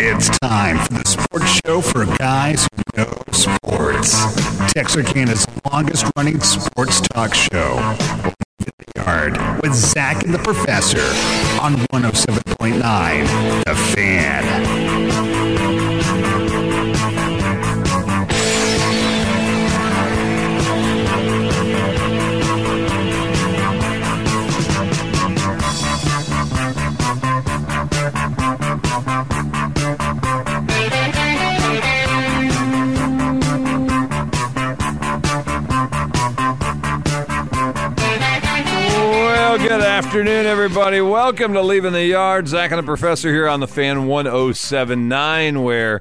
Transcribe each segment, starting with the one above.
It's time for the sports show for guys who know sports. Texarkana's longest running sports talk show. Over the Yard with Zach and the Professor on 107.9 The Fan. Well, good afternoon, everybody. Welcome to Leaving the Yard. Zach and the Professor here on the Fan 1079, where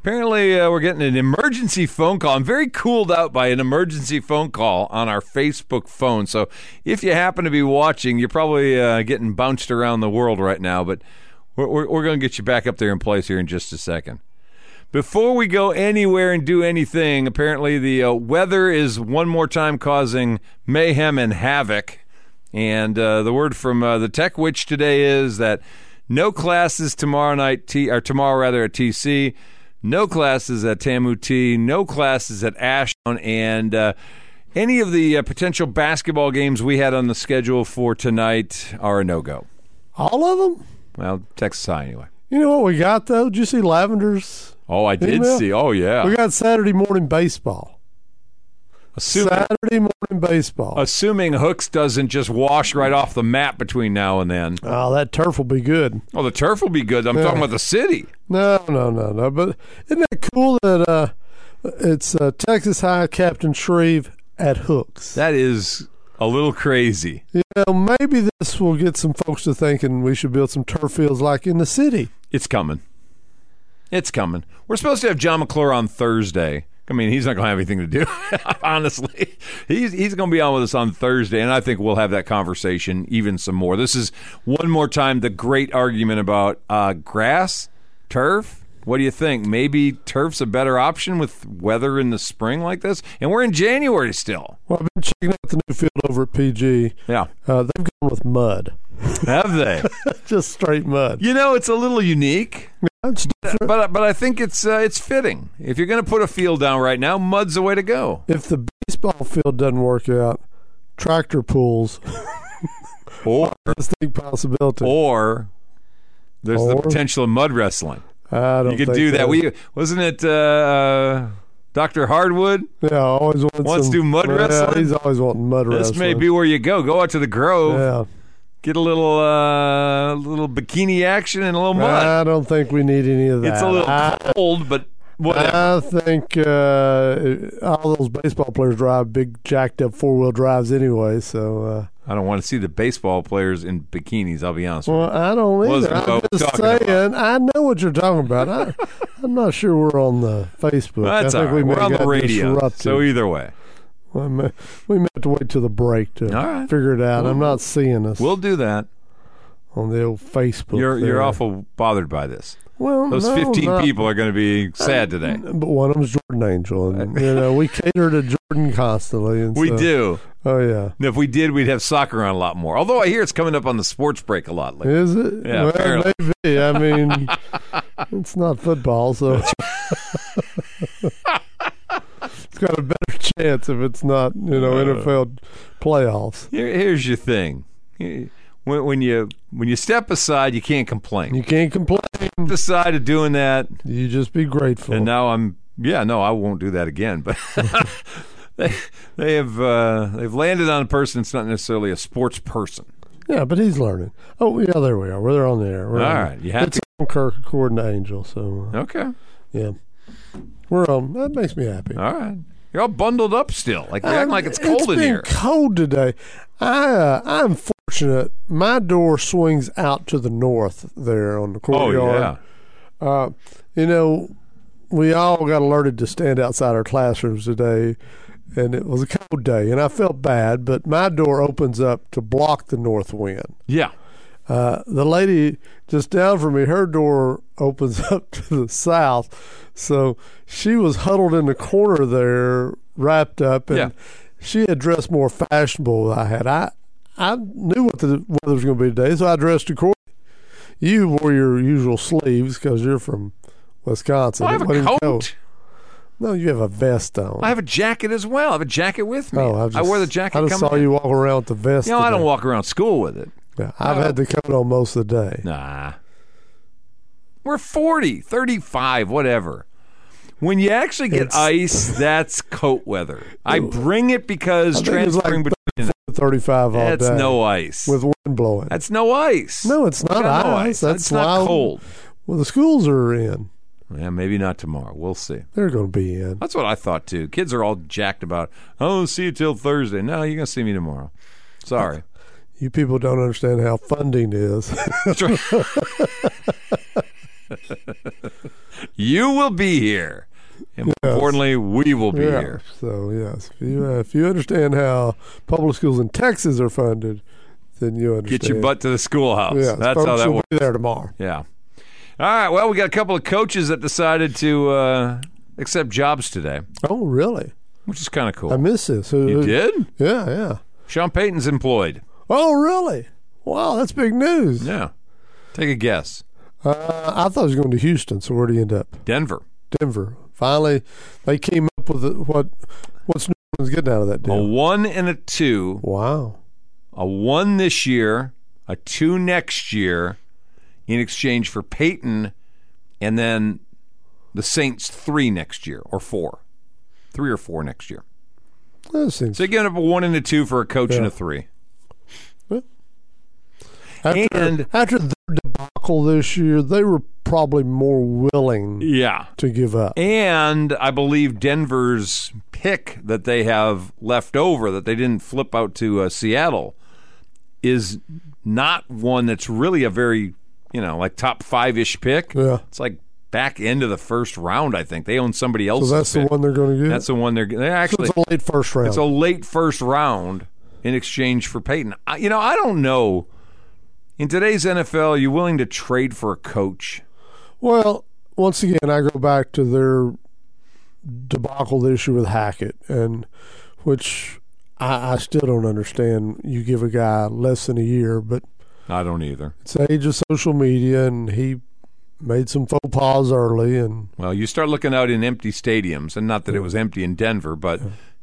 apparently uh, we're getting an emergency phone call. I'm very cooled out by an emergency phone call on our Facebook phone. So if you happen to be watching, you're probably uh, getting bounced around the world right now, but we're, we're, we're going to get you back up there in place here in just a second. Before we go anywhere and do anything, apparently the uh, weather is one more time causing mayhem and havoc. And uh, the word from uh, the Tech Witch today is that no classes tomorrow night, T, or tomorrow rather at TC, no classes at TAMU T, no classes at Ashdown, and uh, any of the uh, potential basketball games we had on the schedule for tonight are a no go. All of them? Well, Texas High anyway. You know what we got though? Did you see Lavenders? Oh, I did Email? see. Oh yeah. We got Saturday morning baseball. Assuming- Uh, Saturday morning baseball. Assuming Hooks doesn't just wash right off the map between now and then. oh, that turf will be good. Oh, the turf will be good. I'm talking about the city. No, no, no, no. But isn't that cool that uh, it's uh, Texas High Captain Shreve at Hooks? That is a little crazy. you know, maybe this will get some folks to thinking we should build some turf fields like in the city. It's coming. It's coming. We're supposed to have John McClure on Thursday. I mean, he's not going to have anything to do. Honestly, he's he's going to be on with us on Thursday, and I think we'll have that conversation even some more. This is one more time the great argument about uh, grass, turf. What do you think? Maybe turf's a better option with weather in the spring like this, and we're in January still. Well, I've been checking out the new field over at PG. Yeah, Uh, they've gone with mud, have they? just straight mud. you know, it's a little unique. It's different. But but I think it's uh, it's fitting. If you're going to put a field down right now, mud's the way to go. if the baseball field doesn't work out, tractor pools Or distinct possibility. Oh, or there's the Or- potential of mud wrestling. I don't You could think do that. so. We wasn't it uh, Dr. Hardwood? yeah, I always want Wants some- to do mud Yeah, wrestling? He's always wanting mud This wrestling. may be where you go. Go out to the Grove, Yeah, get a little uh, little bikini action and a little mud. I don't think we need any of that. it's a little I, cold, but whatever. I think uh, all those baseball players drive big jacked up four wheel drives anyway. So uh, I don't want to see the baseball players in bikinis. I'll be honest. with well, I don't Wasn't either. what I'm we're just talking about. saying. I know what you're talking about. I, I'm not sure we're on the Facebook. you. That's I all right. think we may We're on have the got radio, disrupted. so either way, We may, we may have to wait till the break to All right. figure it out. I'm not seeing us we'll do that. on the old Facebook. You're you're there. awful bothered by this. Well, Those no, Uh, 15 not- people are going to be sad today. But one of them's Jordan Angel, and you know we cater to Jordan constantly. And We so- do. Oh yeah, And if we did, we'd have soccer on a lot more. Although I hear it's coming up on the sports break a lot later. is it? Yeah, well, apparently. maybe. I mean, it's not football, so it's got a better chance if it's not you Uh. know NFL playoffs. Here, here's your thing. When, when you when you step aside, you can't complain. You can't complain. Step aside of doing that, You just be grateful. and now I'm yeah no I won't do that again. But they they have uh, they've landed on a person that's not necessarily a sports person. yeah, but he's learning. Oh yeah, there we are. We're there on the air. We're All on. right, you have it's on Kirk according to Angel. So uh, Okay, yeah, we're on. That makes me happy. all right. You're all bundled up still. Like you're acting like it's Um, cold in been here. Cold today. I uh, I'm fortunate. My door swings out to the north there on the Oh courtyard. yeah. Uh, you know, we all got alerted to stand outside our classrooms today, and it was a cold day, and I felt bad. But my door opens up to block the north wind. Yeah. Uh, the lady just down from me, her door opens up to the south. So she was huddled in the corner there, wrapped up, and Yeah. she had dressed more fashionable than I had. I I knew what the weather was going to be today, so I dressed accordingly. You wore your usual sleeves because you're from Wisconsin. I have It a wasn't coat. cold. No, you have a vest on. I have a jacket as well. I have a jacket with me. Oh, I've I just- wore the jacket. I just coming saw in. you walking around with the vest. You know, I don't today. walk around school with it. Yeah, I've had the coat on most of the day. Nah. We're 40, 35, whatever. When you actually get It's- ice, that's coat weather. I bring it because I think it's like transferring between 35 all that's day. no ice. with wind blowing. that's no ice. no, it's not Got no ice. That's It's not why- cold. Well, the schools are in. Yeah, maybe not tomorrow. We'll see. They're going to be in. That's what I thought too. Kids are all jacked about. Oh, see you till Thursday. No, you're gonna see me tomorrow. Sorry. You people don't understand how funding is. That's right. you will be here. And more importantly, we will be yeah. here. So yes, if you uh, if you understand how public schools in Texas are funded, then you understand. Get your butt to the schoolhouse. Yeah, That's how folks that will works. Be there tomorrow. Yeah. All right. Well, we got a couple of coaches that decided to uh, accept jobs today, Oh, really? which is kind of cool. I miss this. Who- you who- did? Yeah, yeah. Sean Payton's employed. Oh, really? Wow, that's big news. Yeah. Take a guess. Uh, I thought he was going to Houston. So where'd he end up? Denver. Denver. Finally, they came up with the, what? What's New Orleans getting out of that A deal? one and a two. Wow. A one this year, a two next year, in exchange for Peyton, and then the Saints three next year or four, three or four next year. That seems So you're giving up a one and a two for a coach and a three. after, and- after their debacle this year, they were probably more willing Yeah. to give up. And I believe Denver's pick that they have left over that they didn't flip out to uh, Seattle is not one that's really a very, you know, like top five ish pick. Yeah. It's like back end of the first round, I think. They own somebody So else's that's the pick. one they're going to get. That's the one they're, they're actually. it's a late first round. It's a late first round in exchange for Peyton. I, you know, I don't know. In today's NFL, are you willing to trade for a coach? well, once again, I go back to their debacle this year with Hackett, and which I, I still don't understand. You give a guy less than a year, but I don't either. it's the age of social media, and he made some faux pas early, and Well, you start looking out in empty stadiums, and not that it was empty in Denver, but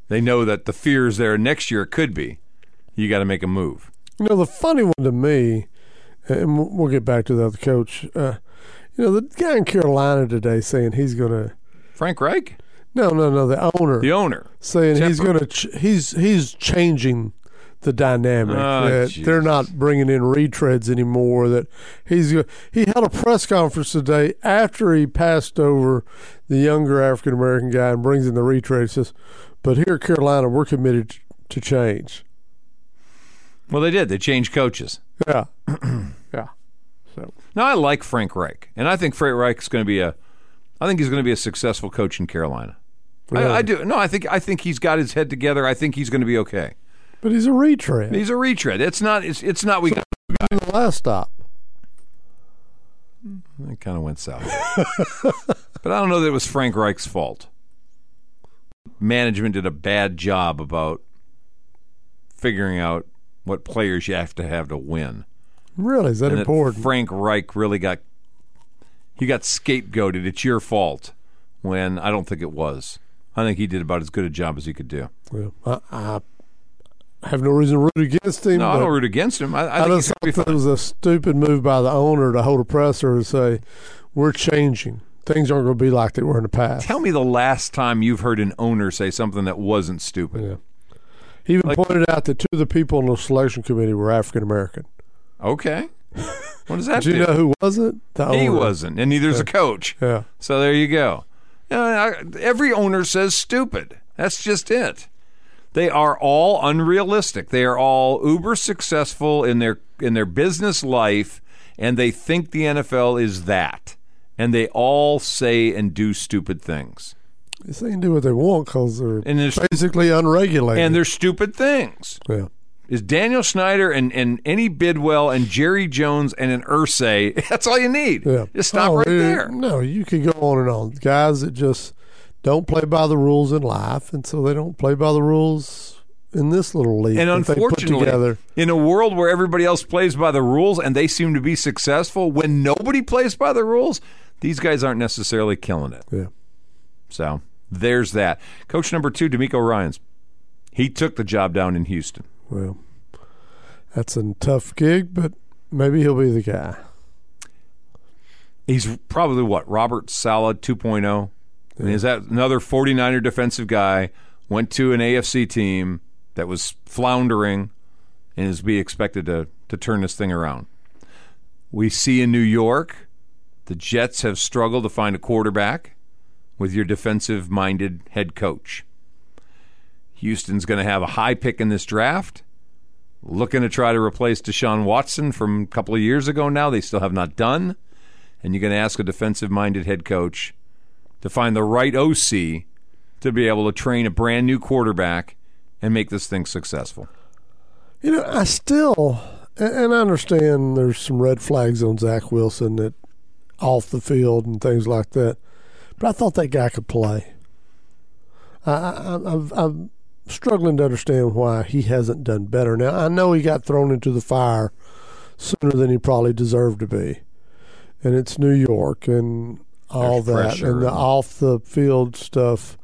they know that the fears there next year could be. You got to make a move. You know, the funny one to me, and we'll- we'll get back to the other coach. Uh, you know, the guy in Carolina today saying he's going to. Frank Reich, No, no, no. The owner the owner. saying he's Tepper. going to. Ch- he's he's changing the dynamic. Oh, that jeez. they're not bringing in retreads anymore. That he's go- he held a press conference today after he passed over the younger African American guy and brings in the retread. Says, but here at Carolina, we're committed t- to change. Well, they did. They changed coaches. Yeah, yeah. So. Now, I like Frank Reich, and I think Frank Reich is going to be a. I think he's going to be a successful coach in Carolina. I, I do. No, I think I think he's got his head together. I think he's going to be okay. But he's a retread. He's a retread. It's not. It's it's not. We got, in the last stop. it kind of went south, but I don't know that it was Frank Reich's fault. Management did a bad job about figuring out what players you have to have to win. Really, is that And that important? Frank Reich really got he got scapegoated. It's your fault. When I don't think it was. I think he did about as good a job as he could do. Well, I, I have no reason to root against him. No, I but don't root against him. I, I I think he's just going to be thought fine. it was a stupid move by the owner to hold a presser and say, "We're changing. Things aren't going to be like they were in the past." Tell me the last time you've heard an owner say something that wasn't stupid. Yeah. He even Like- pointed out that two of the people on the selection committee were African American. Okay. What does that Do do? you know who wasn't? The he owner. wasn't, and neither's a coach. Oh, Yeah. So there you go. You know, I- every owner says stupid. That's just it. They are all unrealistic. They are all uber successful in their in their business life, and they think the NFL is that. And they all say and do stupid things, They can do what they want because they're and they're, st- basically unregulated. and they're stupid things. yeah. is Daniel Snyder and, and any Bidwell and Jerry Jones and an Ursay. That's all you need. Yeah. Just stop Oh, right yeah. there. No, you could go on and on. Guys that just don't play by the rules in life, and so they don't play by the rules in this little league And that they put unfortunately, together. in a world where everybody else plays by the rules and they seem to be successful, when nobody plays by the rules, these guys aren't necessarily killing it. Yeah. So there's that. Coach number two, D'Amico Ryans, he took the job down in Houston. Well, that's a tough gig, but maybe he'll be the guy. He's probably what Robert Sala 2.0. And is that another 49er defensive guy? Went to an AFC team that was floundering and is be expected to to turn this thing around. We see in New York, the Jets have struggled to find a quarterback with your defensive minded head coach. Houston's going to have a high pick in this draft, looking to try to replace Deshaun Watson from a couple of years ago now. They still have not done and you're going to ask a defensive minded head coach to find the right OC to be able to train a brand new quarterback and make this thing successful. You know, I still, and and I understand there's some red flags on Zach Wilson that off the field and things like that, but I thought that guy could play. I, I, I'm- I'm, I'm struggling to understand why he hasn't done better. Now, I know he got thrown into the fire sooner than he probably deserved to be, and it's New York and all There's that, pressure. and the off the field stuff.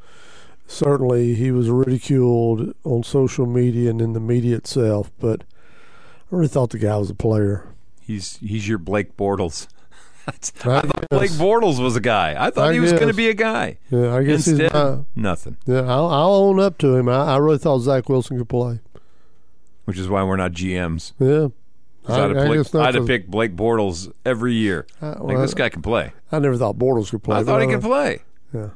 Certainly, he was ridiculed on social media and in the media itself, but I really thought the guy was a player. He's he's your Blake Bortles. That's- I I thought guess. Blake Bortles was a guy. I thought I he was going to guess. be a guy. Yeah, I guess Instead, he's not. nothing, Yeah, I'll, I'll own up to him. I, I really thought Zach Wilson could play. which is why we're not GMs. Yeah, 'Cause I'd, have guess picked, not I'd have the- picked Blake Bortles every year. I- like well, this guy can play. I never thought Bortles could play. I but uh, thought he could don't- play. Yeah.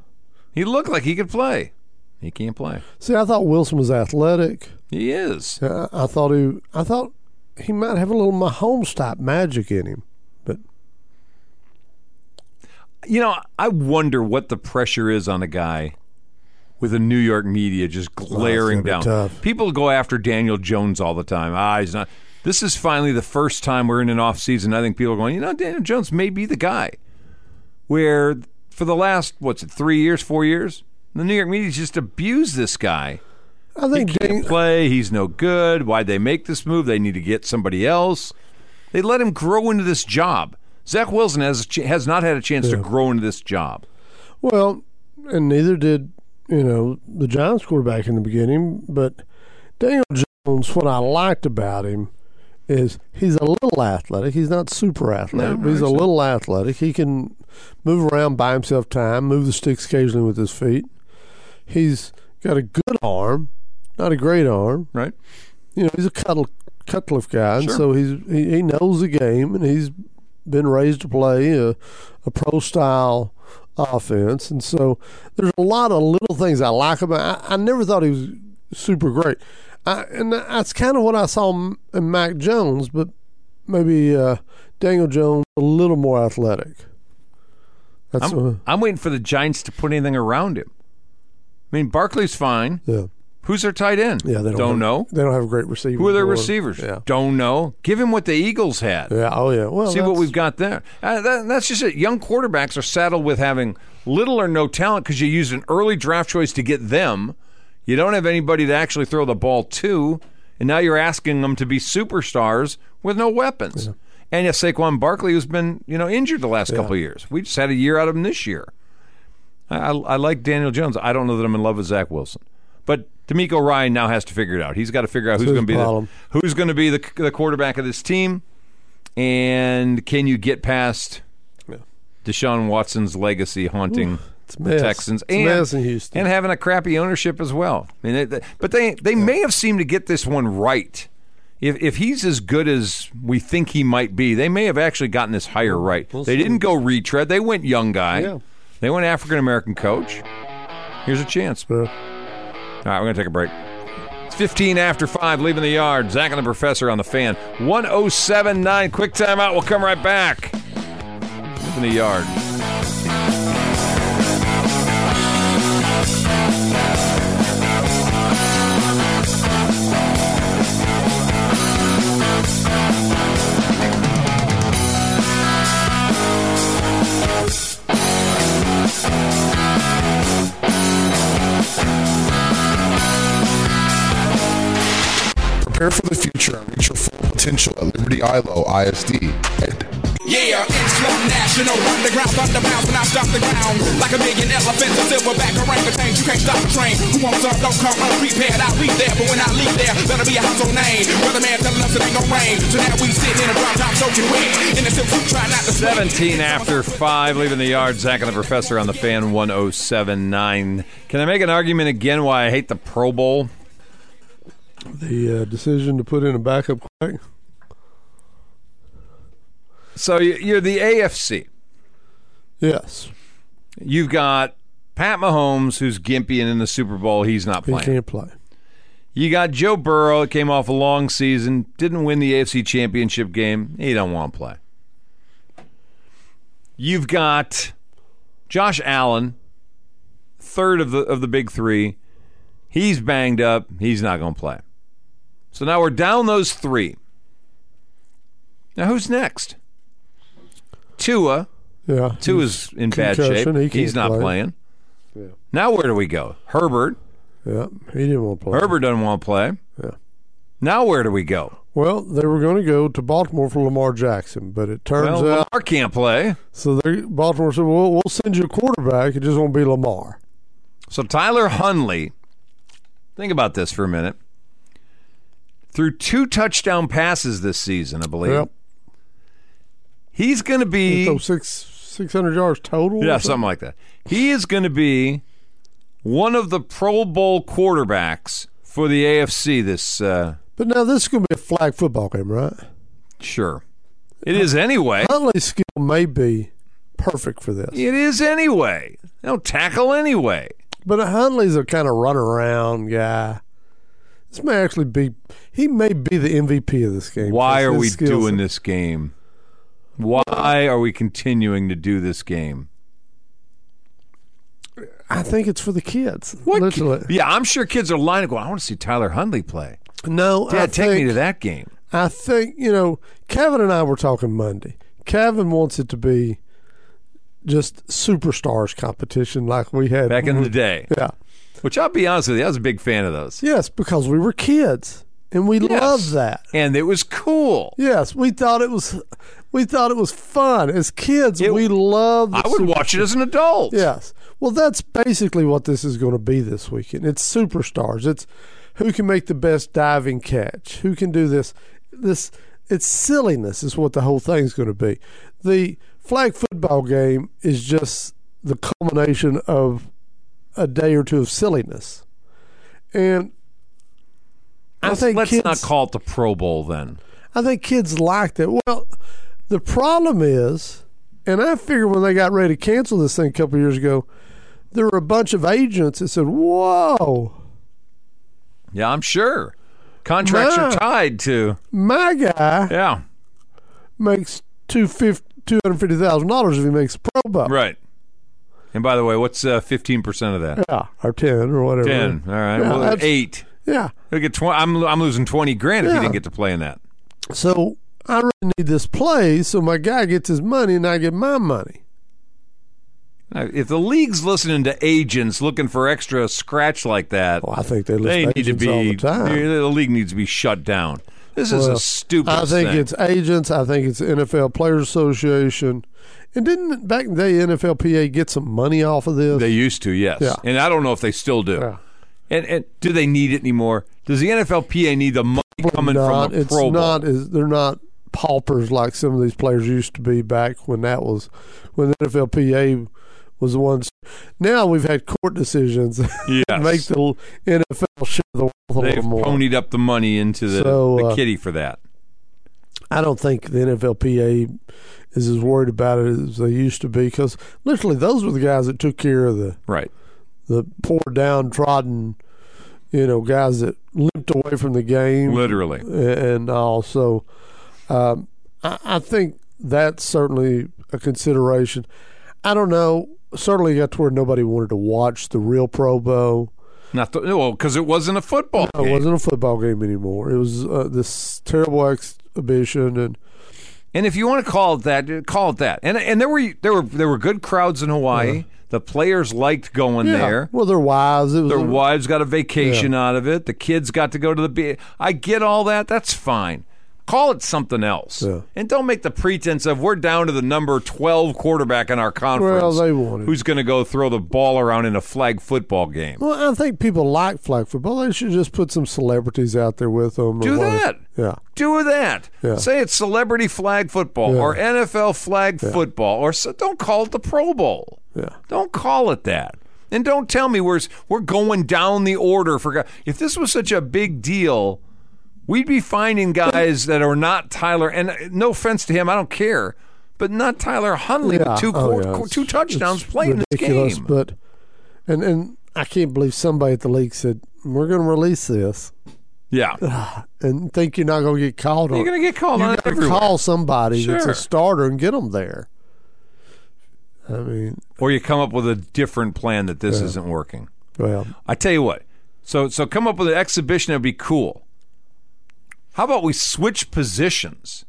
He looked like he could play. He can't play. See, I thought Wilson was athletic. He is. Yeah, I, I thought he. I thought he might have a little Mahomes type magic in him. But you know, I wonder what the pressure is on a guy with the New York media just glaring Oh, gonna down. be tough. People go after Daniel Jones all the time. Ah, he's not. This is finally the first time we're in an off season. I think people are going, you know, Daniel Jones may be the guy. Where for the last what's it, three years, four years, the New York media's just abused this guy. I He think Dan, can't play. He's no good. Why'd they make this move? They need to get somebody else. They let him grow into this job. Zach Wilson has a ch- has not had a chance to grow into this job. Well, and neither did you know the Giants quarterback in the beginning. But Daniel Jones, what I liked about him is he's a little athletic. He's not super athletic, but he's a little athletic. He can move around by himself, time move the sticks occasionally with his feet. He's got a good arm, not a great arm. right? You know, he's a Cuttle, Cutcliffe guy, and Sure. so he's he, he knows the game, and he's been raised to play a, a pro style offense, and so there's a lot of little things I like about. I, I never thought he was super great, I, and that's kind of what I saw m- in Mac Jones, but maybe uh, Daniel Jones a little more athletic. That's I'm, what, I'm waiting for the Giants to put anything around him. I mean, Barkley's fine. yeah, Who's their tight end? yeah. They don't, have- don't know. They don't have a great receiver. Who are their receivers? Yeah, Don't know. Give him what the Eagles had. yeah. Oh yeah. Well, See what that's- we've got there. Uh, that, that's just it. Young quarterbacks are saddled with having little or no talent because you used an early draft choice to get them. You don't have anybody to actually throw the ball to, and now you're asking them to be superstars with no weapons. And you have Saquon Barkley, who's been you know injured the last couple of years. We just had a year out of him this year. I, I, I like Daniel Jones. I don't know that I'm in love with Zach Wilson, but D'Amico Ryan now has to figure it out. He's got to figure out who's his going to be the, problem. who's going to be the, the quarterback of this team, and can you get past Deshaun Watson's legacy haunting It's the mess. Texans It's a and mess in Houston. and having a crappy ownership as well. I mean, they, they- but they they may have seemed to get this one right. If, if he's as good as we think he might be, they may have actually gotten this hire right. they didn't go retread; they went young guy. Yeah. They went African American coach. Here's a chance. Yeah. All right, we're going to take a break. It's 15 after 5, leaving the yard. Zach and the professor on the fan. 1079. Quick timeout. We'll come right back. Leaving the yard. Prepare for the future and reach your full potential at Liberty ILO ISD. Yeah, it's your national underground thunderbounds when I stop the ground like a million elephants, a silverback orangutans. You can't stop the train. Who wants up? Don't come unprepared. I'll be there, but when I leave there, better be a household name. Weatherman telling us it ain't gonna rain. So now we sitting in a drop top soaking wet, and it's still try not to. sweat. 17 after 5, leaving the yard. Zach and the professor on the fan 1079. Can I make an argument again why I hate the Pro Bowl? The uh, decision to put in a backup quarterback. So you- you're the AFC. Yes, You've got Pat Mahomes, who's gimpy and in the Super Bowl, he's not he playing. can't play. You got Joe Burrow, that came off a long season, didn't win the AFC Championship game. He don't want to play. You've got Josh Allen, third of the of the big three. He's banged up. He's not going to play. So now we're down those three. Now who's next? Tua. Yeah, Two is in bad shape. concussion. He can't He's not play. playing. Now where do we go? Herbert. yeah, he didn't want to play. Herbert doesn't want to play. Yeah. Now where do we go? Well, they were going to go to Baltimore for Lamar Jackson, but it turns Well, out Lamar can't play. so they Baltimore said, "Well, we'll send you a quarterback. It just won't be Lamar." So Tyler Hunley, think about this for a minute. Threw two touchdown passes this season, I believe. Yep. He's going to be So six six hundred yards total. or yeah, something like that. He is going to be one of the Pro Bowl quarterbacks for the AFC this uh, But now this is going to be a flag football game, right? sure. It is anyway. Huntley's skill may be perfect for this, It is anyway. They don't tackle anyway. but Huntley's a kind of run around guy. This may actually be he may be the MVP of this game. Why because are his we skill doing set. this game? Why are we continuing to do this game? I think it's for the kids. What ki- Literally. yeah, I'm sure kids are lining up going, I want to see Tyler Hundley play. No, I Dad, take think, me to that game. I think you know. Kevin and I were talking Monday. Kevin wants it to be just superstars competition like we had Back in the day. Yeah. Which I'll be honest with you, I was a big fan of those. Yes, because we were kids and we Yes. loved that. And it was cool. Yes, we thought it was we thought it was fun as kids. It- we loved. I would watch it as an adult. Yes. Well, that's basically what this is going to be this weekend. It's superstars. It's who can make the best diving catch. Who can do this? This it's silliness is what the whole thing's going to be. The flag football game is just the culmination of a day or two of silliness. And Let's, I think let's kids, not call it the Pro Bowl then. I think kids liked it. Well, the problem is, and I figured when they got ready to cancel this thing a couple of years ago, there were a bunch of agents that said, "Whoa, Yeah, I'm sure. Contracts are Nah. tied to. my guy Yeah, makes two fifty two hundred fifty thousand dollars if he makes a Pro Bowl, right. And by the way, what's uh, 15% of that? yeah, or ten or whatever, 10. All right. Yeah, well, that's- 8. yeah." He'll get 20, I'm I'm losing twenty grand if he Yeah. didn't get to play in that. So I really need this play, so my guy gets his money and I get my money. Now, If the league's listening to agents looking for extra scratch like that, Well, I think they listen they to need to agents all be the time. the, league needs to be shut down. This is Well, a stupid. I think thing. it's agents. I think it's NFL Players Association. And didn't back in the day NFLPA get some money off of this? they used to yes, Yeah. and I don't know if they still do. Yeah. And and do they need it anymore? Does the NFLPA need the money coming not, from the it's Pro Bowl? not as they're not paupers like some of these players used to be back when that was when the NFLPA was the ones. Now we've had court decisions that yes. make the NFL share the wealth a They've little more. ponied up the money into the, So, the uh, kitty for that. I don't think the NFLPA is as worried about it as they used to be because literally those were the guys that took care of the Right. the poor downtrodden, you know, guys that limped away from the game Literally. and all. So um, I, I think that's certainly a consideration. I don't know. Certainly got to where nobody wanted to watch the real Pro Bowl. Not the, well, because it wasn't a football It game. wasn't a football game anymore. It was uh, this terrible exhibition, and And if you want to call it that, call it that. And and there were there were there were good crowds in Hawaii. The players liked going Yeah. there. Well, their wives. It was Their a- wives got a vacation out of it. The kids got to go to the beach. I get all that. That's fine. Call it something else. Yeah. And don't make the pretense of we're down to the number 12 quarterback in our conference. Well, they wanted- Who's going to go throw the ball around in a flag football game? Well, I think people like flag football. They should just put some celebrities out there with them. or Do whatever. that. Yeah. Do that. Yeah. Say it's celebrity flag football Yeah. or NFL flag football or so, don't call it the Pro Bowl. Yeah. Don't call it that. And don't tell me we're we're going down the order for go- if this was such a big deal, we'd be finding guys that are not Tyler and uh, no offense to him, I don't care, but not Tyler Huntley Yeah. with two Oh, quar- yeah. qu- It's- two touchdowns it's playing this ridiculous, game. But and and I can't believe somebody at the league said we're going to release this yeah. and think you're not going to get called on. You're it." going to get called You on it gotta everywhere. call somebody that's Sure. a starter and get them there. I mean, Or you come up with a different plan that this isn't working. well, I tell you what. So so come up with an exhibition that'd be cool. How about we switch positions?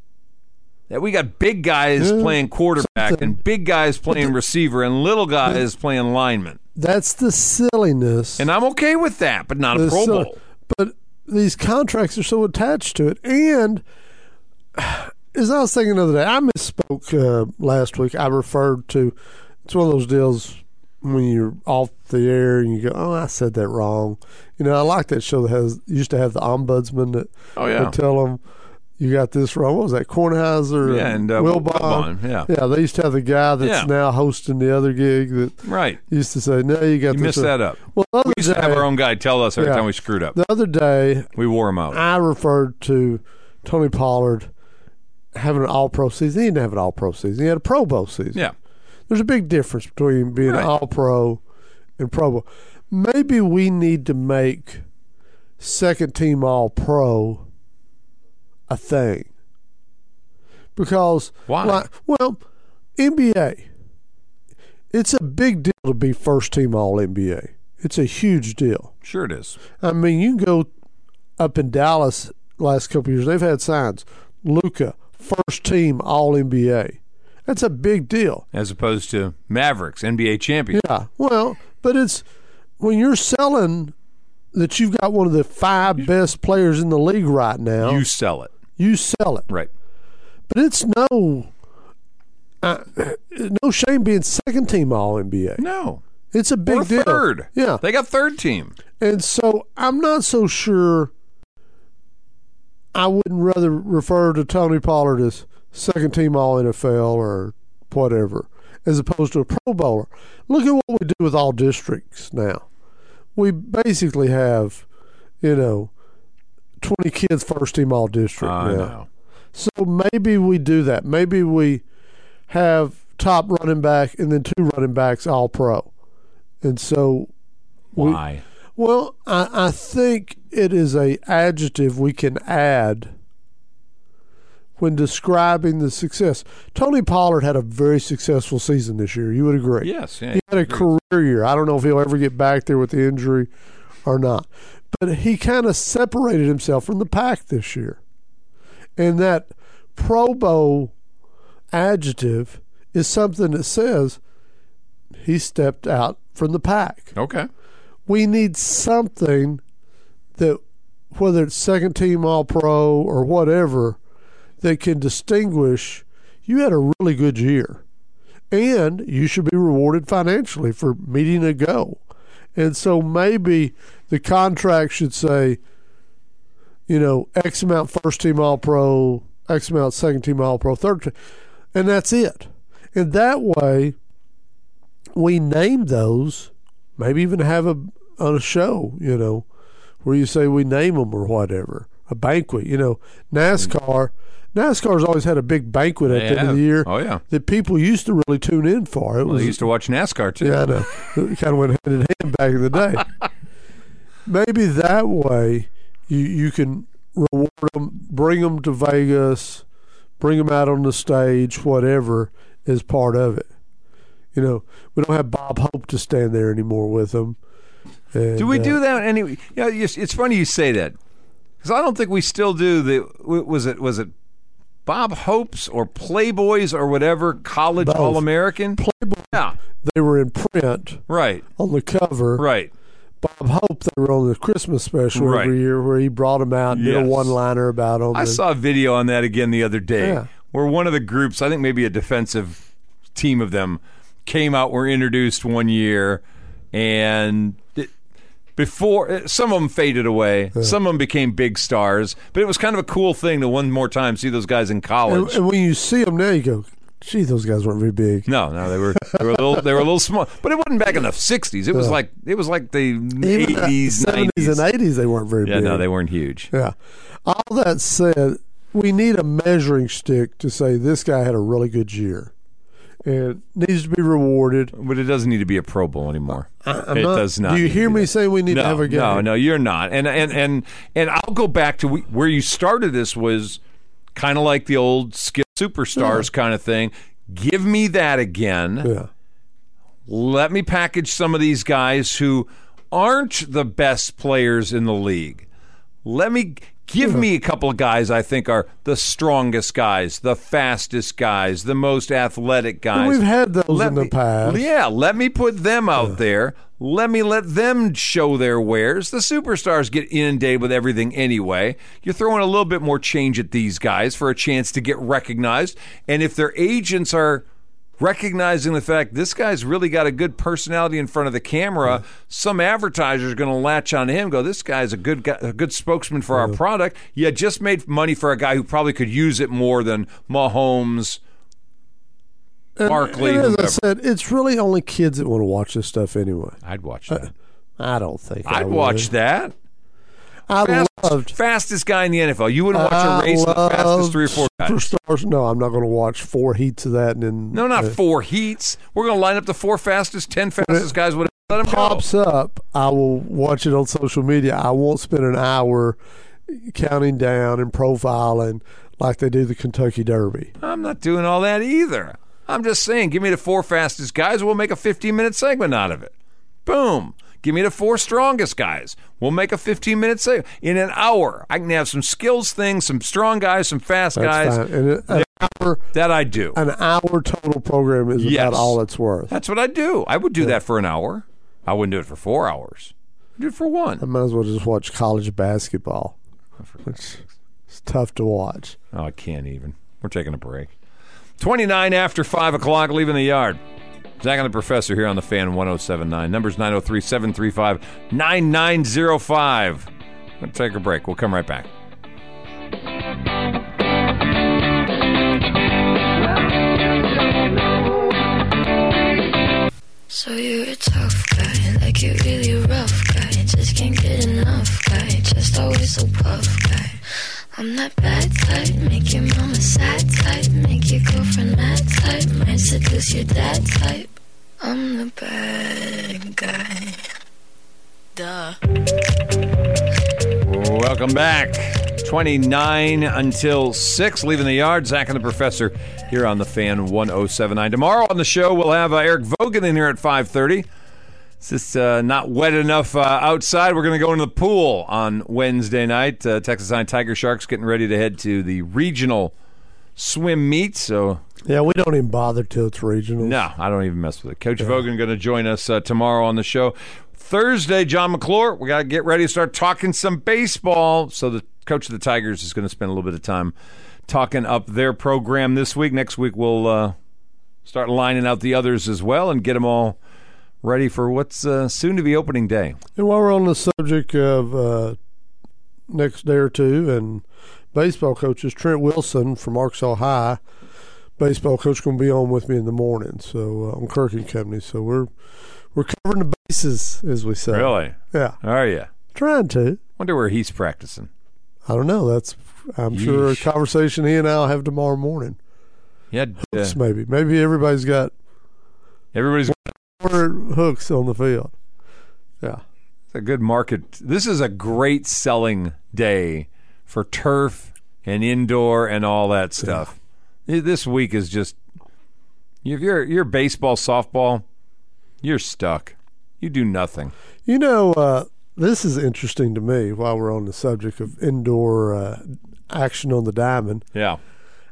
That we got big guys Yeah, playing quarterback and big guys playing receiver and little guys playing lineman. that's the silliness. And I'm okay with that, but not a The Pro silly- Bowl. but these contracts are so attached to it. And as I was thinking the other day, I misspoke uh, last week. I referred to it's one of those deals when you're off the air and you go, "Oh, I said that wrong." You know, I like that show that has used to have the ombudsman that Oh, yeah. would tell them. You got this wrong. What was that? Kornheiser Yeah, and, uh, Wilbon. Wilbon, yeah. yeah. They used to have the guy that's Yeah. now hosting the other gig that Right. used to say, "No, you got You this missed wrong." that up. Well, the other We used to day, have our own guy tell us every Yeah. time we screwed up. the Uh, other day, We wore him out. I referred to Tony Pollard having an all pro season. He didn't have an all pro season. He had a Pro Bowl season. Yeah. There's a big difference between being Right. all pro and Pro Bowl. Maybe we need to make second team all pro a thing. Because Why? like well, NBA. It's a big deal to be first team all NBA. It's a huge deal. Sure it is. I mean, you can go up in Dallas last couple years. They've had signs. Luca, first team All NBA. That's a big deal. As opposed to Mavericks, NBA champion. Yeah. Well, but it's when you're selling that you've got one of the five best players in the league right now. You sell it. you sell it, Right. but it's no. Uh, no shame being second team All NBA. No. It's a big or deal. third. Yeah, They got third team. And so I'm not so sure I wouldn't rather refer to Tony Pollard as second team all NFL or whatever, as opposed to a Pro Bowler. Look at what we do with all districts now. We basically have, you know, 20 kids first team all district I now. know. So maybe we do that. Maybe we have top running back and then two running backs all pro. And so Why? well, I, I think it is a adjective we can add when describing the success. Tony Pollard had a very successful season this year. You would agree. Yes. Yeah. He had a career year. I don't know if he'll ever get back there with the injury or not. But he kind of separated himself from the pack this year. And that Pro Bowl adjective is something that says he stepped out from the pack Okay. we need something that whether it's second team all pro or whatever that can distinguish you had a really good year and you should be rewarded financially for meeting a goal and so maybe the contract should say you know x amount first team all pro x amount second team all pro third team and that's it and that way we name those maybe even have a on a show, you know, where you say we name them or whatever, a banquet, you know, Mm-hmm. NASCAR. NASCAR's always had a big banquet at They the end of have. the year Oh, yeah. that people used to really tune in for. It Well, they was used to watch NASCAR too. yeah, I know. It kind of went hand in hand back in the day. Maybe that way you you can reward them, bring them to Vegas, bring them out on the stage, whatever is part of it. You know, we don't have Bob Hope to stand there anymore with them. Do we do that anyway? You know, it's, it's funny you say that because I don't think we still do the. w- Was it was it Bob Hopes or Playboys or whatever college Both. All American? Playboy, Yeah, they were in print right, on the cover. right. Bob Hope, they were on the Christmas special Right. every year where he brought them out and did Yes. a one liner about them. I and- saw a video on that again the other day Yeah. where one of the groups, I think maybe a defensive team of them, came out, were introduced one year, and it, before eh, some of them faded away, some of them became big stars, but it was kind of a cool thing to one more time see those guys in and, college. and when you see them now, you go, gee, those guys weren't very big. No, no, they were they were a little they were a little small, but it wasn't back in the '60s. It was like it was like the Even the '80s, 70s '90s. and 80s, they weren't very yeah, big. no, they weren't huge. Yeah. All that said, we need a measuring stick to say this guy had a really good year and needs to be rewarded. But it doesn't need to be a Pro Bowl anymore. I'm it does not. Do you need to hear be me that. say we need to have a game? No, no, you're not. And and and and I'll go back to we, where you started. This was kind of like the old skill superstars kind of thing. Give me that again. Yeah. Let me package some of these guys who aren't the best players in the league. Let me give me a couple of guys I think are the strongest guys, the fastest guys, the most athletic guys. we've had those in the me- past. Yeah, let me put them out there. Let me let them show their wares. The superstars get inundated with everything anyway. You're throwing a little bit more change at these guys for a chance to get recognized. And if their agents are recognizing the fact this guy's really got a good personality in front of the camera, some advertiser's going to latch on him. Go, this guy's a good guy, a good spokesman for our product. Yeah, just made money for a guy who probably could use it more than Mahomes. Barkley, And as I whoever. said, it's really only kids that want to watch this stuff anyway. I'd watch that. I don't think I I'd would. watch that. I Fast- loved. fastest guy in the NFL. You wouldn't watch a race with the fastest three or four guys. superstars. No, I'm not going to watch four heats of that and then no, not uh, four heats. We're going to line up the four fastest, ten fastest guys. Would let them go. pops up, I will watch it on social media. I won't spend an hour counting down and profiling like they do the Kentucky Derby. I'm not doing all that either. I'm just saying, give me the four fastest guys. We'll make a 15 minute segment out of it. Boom. Give me the four strongest guys. We'll make a 15 minute segment in an hour. I can have some skills things, some strong guys, some fast That's guys. fine. And an hour, That I do. an hour total program is Yes. about all it's worth. That's what I do. I would do that for an hour. I wouldn't do it for four hours. I'd do it for one. I might as well just watch college basketball. It's, it's tough to watch. Oh, I can't even. We're taking a break. 29 after 5 o'clock, leaving the yard. Zach and the Professor here on the fan 1079. Numbers 903 735 9905. We'll take a break. We'll come right back. So you're a tough guy, like you're really a rough guy. Just can't get enough guy, just always so puff guy. I'm that bad type, make your mama sad type, make your girlfriend mad type, might seduce your dad type. I'm the bad guy. Duh. Welcome back. 29 until 6, leaving the yard. Zach and the Professor here on the Fan 1079. Tomorrow on the show, we'll have uh, Eric Vogan in here at 5.30. It's just uh, not wet enough uh, outside. We're going to go into the pool on Wednesday night. Uh, Texas Line Tiger Sharks getting ready to head to the regional swim meet. So, Yeah, we don't even bother till it's regional. no, I don't even mess with it. Coach Vogan going to join us uh, tomorrow on the show. Thursday, John McClure. We got to get ready to start talking some baseball. So the coach of the Tigers is going to spend a little bit of time talking up their program this week. Next week we'll uh, start lining out the others as well and get them all ready for what's uh, soon to be opening day. And while we're on the subject of uh, next day or two and baseball coaches, Trent Wilson from Arkansas High, baseball coach, going to be on with me in the morning. So uh, on Kirk and Company. So we're we're covering the bases, as we say. Really? Yeah, Are you? trying to. Wonder where he's practicing. I don't know. That's I'm sure a Yeesh. conversation he and I'll have tomorrow morning. Yeah, uh, Maybe maybe everybody's got everybody's corner hooks on the field. Yeah. It's a good market. This is a great selling day for turf and indoor and all that stuff. Th- This week is just if you're you're baseball, softball, you're stuck. You do nothing. You know, uh, this is interesting to me while we're on the subject of indoor uh, action on the diamond. Yeah.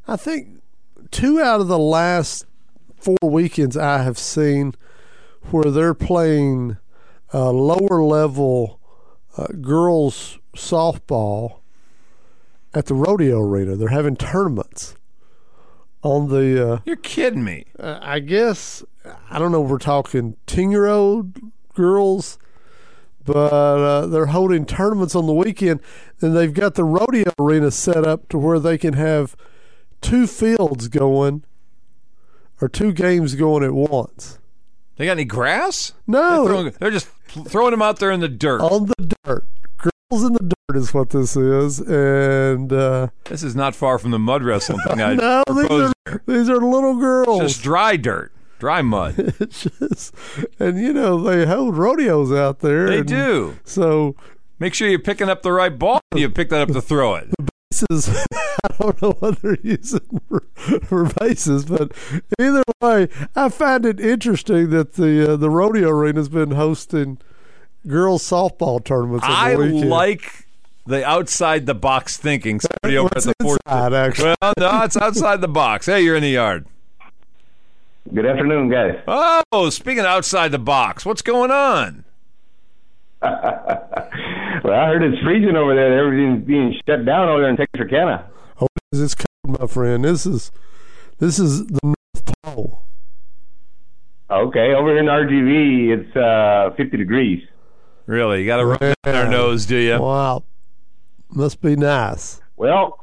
I think two out of the last four weekends I have seen where they're playing uh, lower level uh, girls softball at the rodeo arena. They're having tournaments on the. Uh, You're kidding me. uh, I guess I don't know. if We're talking ten-year-old girls, but uh, they're holding tournaments on the weekend, and they've got the rodeo arena set up to where they can have two fields going or two games going at once. They got any grass? No. They're, throwing- they're just throwing them out there in the dirt. On the dirt, girls in the dirt is what this is, and uh, This is not far from the mud wrestling thing I no, these proposed. are these are little girls. Just dry dirt, dry mud. It's just- and you know they hold rodeos out there. They and do. So Make sure you're picking up the right ball. when You pick that up to throw it. bases. I don't know what they're using for, for bases, but either way, I find it interesting that the uh, the rodeo arena's been hosting girls softball tournaments. on the I weekend. like the outside the box thinking. Somebody over at What's the fourth. inside, actually. Well, no, it's outside the box. Hey, you're in the yard. Good afternoon, guys. Oh, speaking of outside the box, what's going on? Well, I heard it's freezing over there. Everything's being shut down over there in Texarkana. Oh, it's cold, my friend. This is this is the North Pole. Okay, over here in RGV, it's uh, 50 degrees. Really, you got to rub it in our Yeah. nose, do you? Wow, must be nice. Well,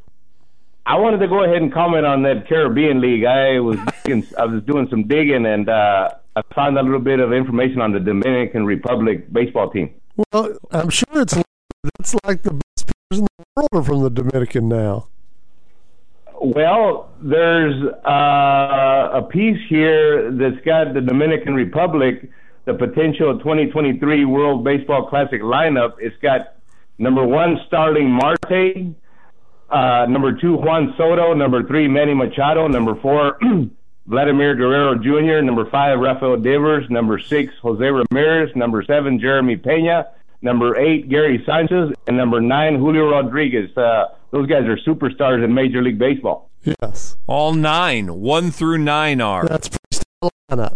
I wanted to go ahead and comment on that Caribbean League. I was digging, I was doing some digging, and uh, I found a little bit of information on the Dominican Republic baseball team. Well, I'm sure it's that's like the best players in the world are from the Dominican now. Well, there's uh, a piece here that's got the Dominican Republic, the potential 2023 World Baseball Classic lineup. It's got number one, Starling Marte, uh, number two, Juan Soto, number three, Manny Machado, number four, Vladimir Guerrero Jr., number five, Rafael Devers, number six, Jose Ramirez, number seven, Jeremy Pena, number eight, Gary Sanchez, and number nine, Julio Rodriguez. Uh, those guys are superstars in Major League Baseball. Yes, All nine, one through nine are. that's pretty still lineup.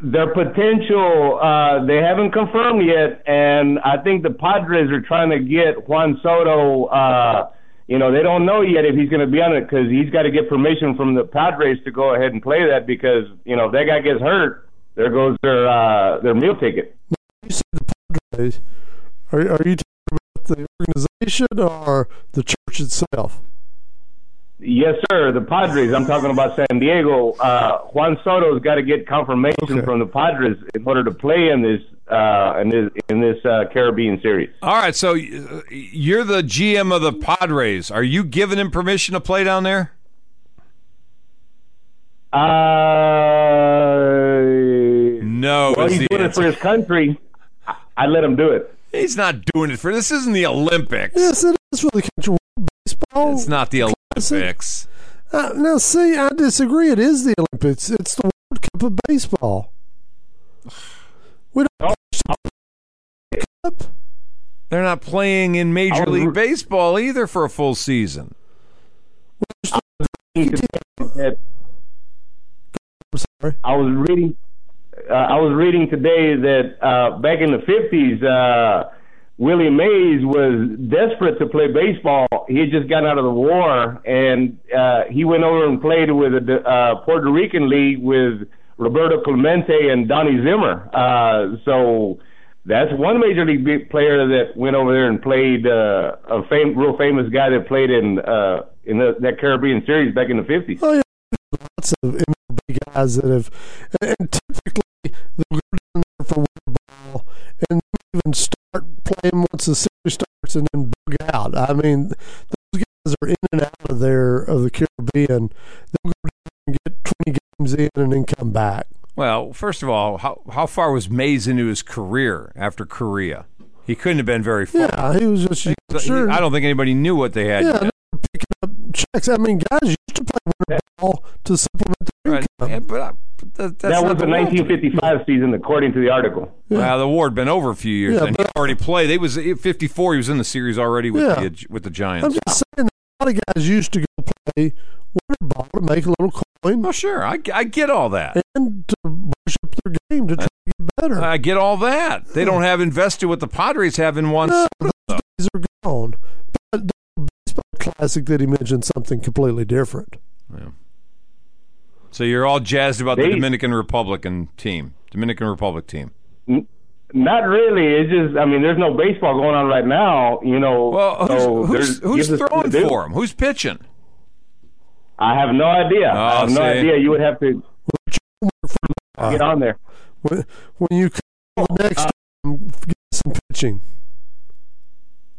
their potential uh, they haven't confirmed yet, and I think the Padres are trying to get Juan Soto. Uh, you know, they don't know yet if he's going to be on it because he's got to get permission from the Padres to go ahead and play that because you know if that guy gets hurt, there goes their uh, their meal ticket. you said the Padres. Are, are you talking about the organization or the church itself? Yes, sir. The Padres. I'm talking about San Diego. Uh, Juan Soto's got to get confirmation Okay. from the Padres in order to play in this uh, in this in this uh, Caribbean series. All right, so uh, you're the GM of the Padres. Are you giving him permission to play down there? Uh, No, Well, is he's the doing it answer. for his country. I, I let him do it. He's not doing it for this. Isn't the Olympics? Yes, it is for the country. World Baseball. It's not the Classic. Olympics. Uh, now, see, I disagree. It is the Olympics. It's the World Cup of baseball. We don't. Cup. They're not playing in Major I'll- League Baseball either for a full season. That I'm sorry. I was reading. Uh, I was reading today that uh, back in the fifties, uh, Willie Mays was desperate to play baseball. He had just gotten out of the war, and uh, he went over and played with the uh, Puerto Rican League with Roberto Clemente and Donnie Zimmer. Uh, so that's one major league b- player that went over there and played uh, a fam- real famous guy that played in uh, in the, that Caribbean series back in the fifties. Oh yeah, lots of MLB guys that have, and, and typically they'll go down there for winter ball and even start playing once the series starts and then bug out. I mean, those guys are in and out of there of the Caribbean. They'll go down and get twenty games in and then come back. Well, first of all, how how far was Mays into his career after Korea? He couldn't have been very far. Yeah, he was just So, sure. I don't think anybody knew what they had. yeah, yet. they were picking up checks. I mean, guys used to play winter ball to supplement their Right. income. Yeah, but, uh, but that, that's That was not the World 1955 season, according to the article. Well, the war had been over a few years, Yeah, and but- he already played. They was at 54. He was in the series already with Yeah. the with the I'm Giants. just saying that a lot of guys used to go play a water bottle to make a little coin Oh, sure. I, I get all that. and to worship their game to try to get better. I get all that. They don't have invested what the Padres have in one. No, summer, though. These are gone. But the baseball classic that he mentioned something completely different. So you're all jazzed about the They- Dominican Republican team, Dominican Republic team. Not really. It's just I mean, there's no baseball going on right now. You know. Well, who's, so who's, there's- who's gives us throwing something to do. for him? Who's pitching? I have no idea. I Oh, have no see. idea. You would have to get on there. When, when you call Oh, the next uh, time, get some pitching.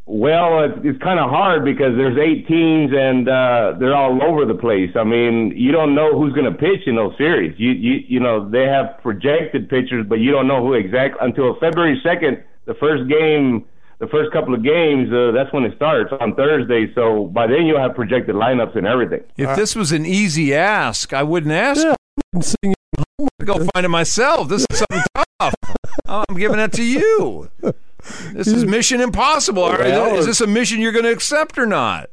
Well, it, it's kind of hard because there's eight teams and uh, they're all over the place. I mean, you don't know who's going to pitch in those series. You, you you know they have projected pitchers, but you don't know who exact until February second, the first game, the first couple of games. Uh, that's when it starts on Thursday. So by then you'll have projected lineups and everything. If this was an easy ask, I wouldn't ask. Yeah. And seeing it I go find it myself. This is something tough. Oh, I'm giving that to you. This is mission impossible. All right, Well, is this a mission you're going to accept or not?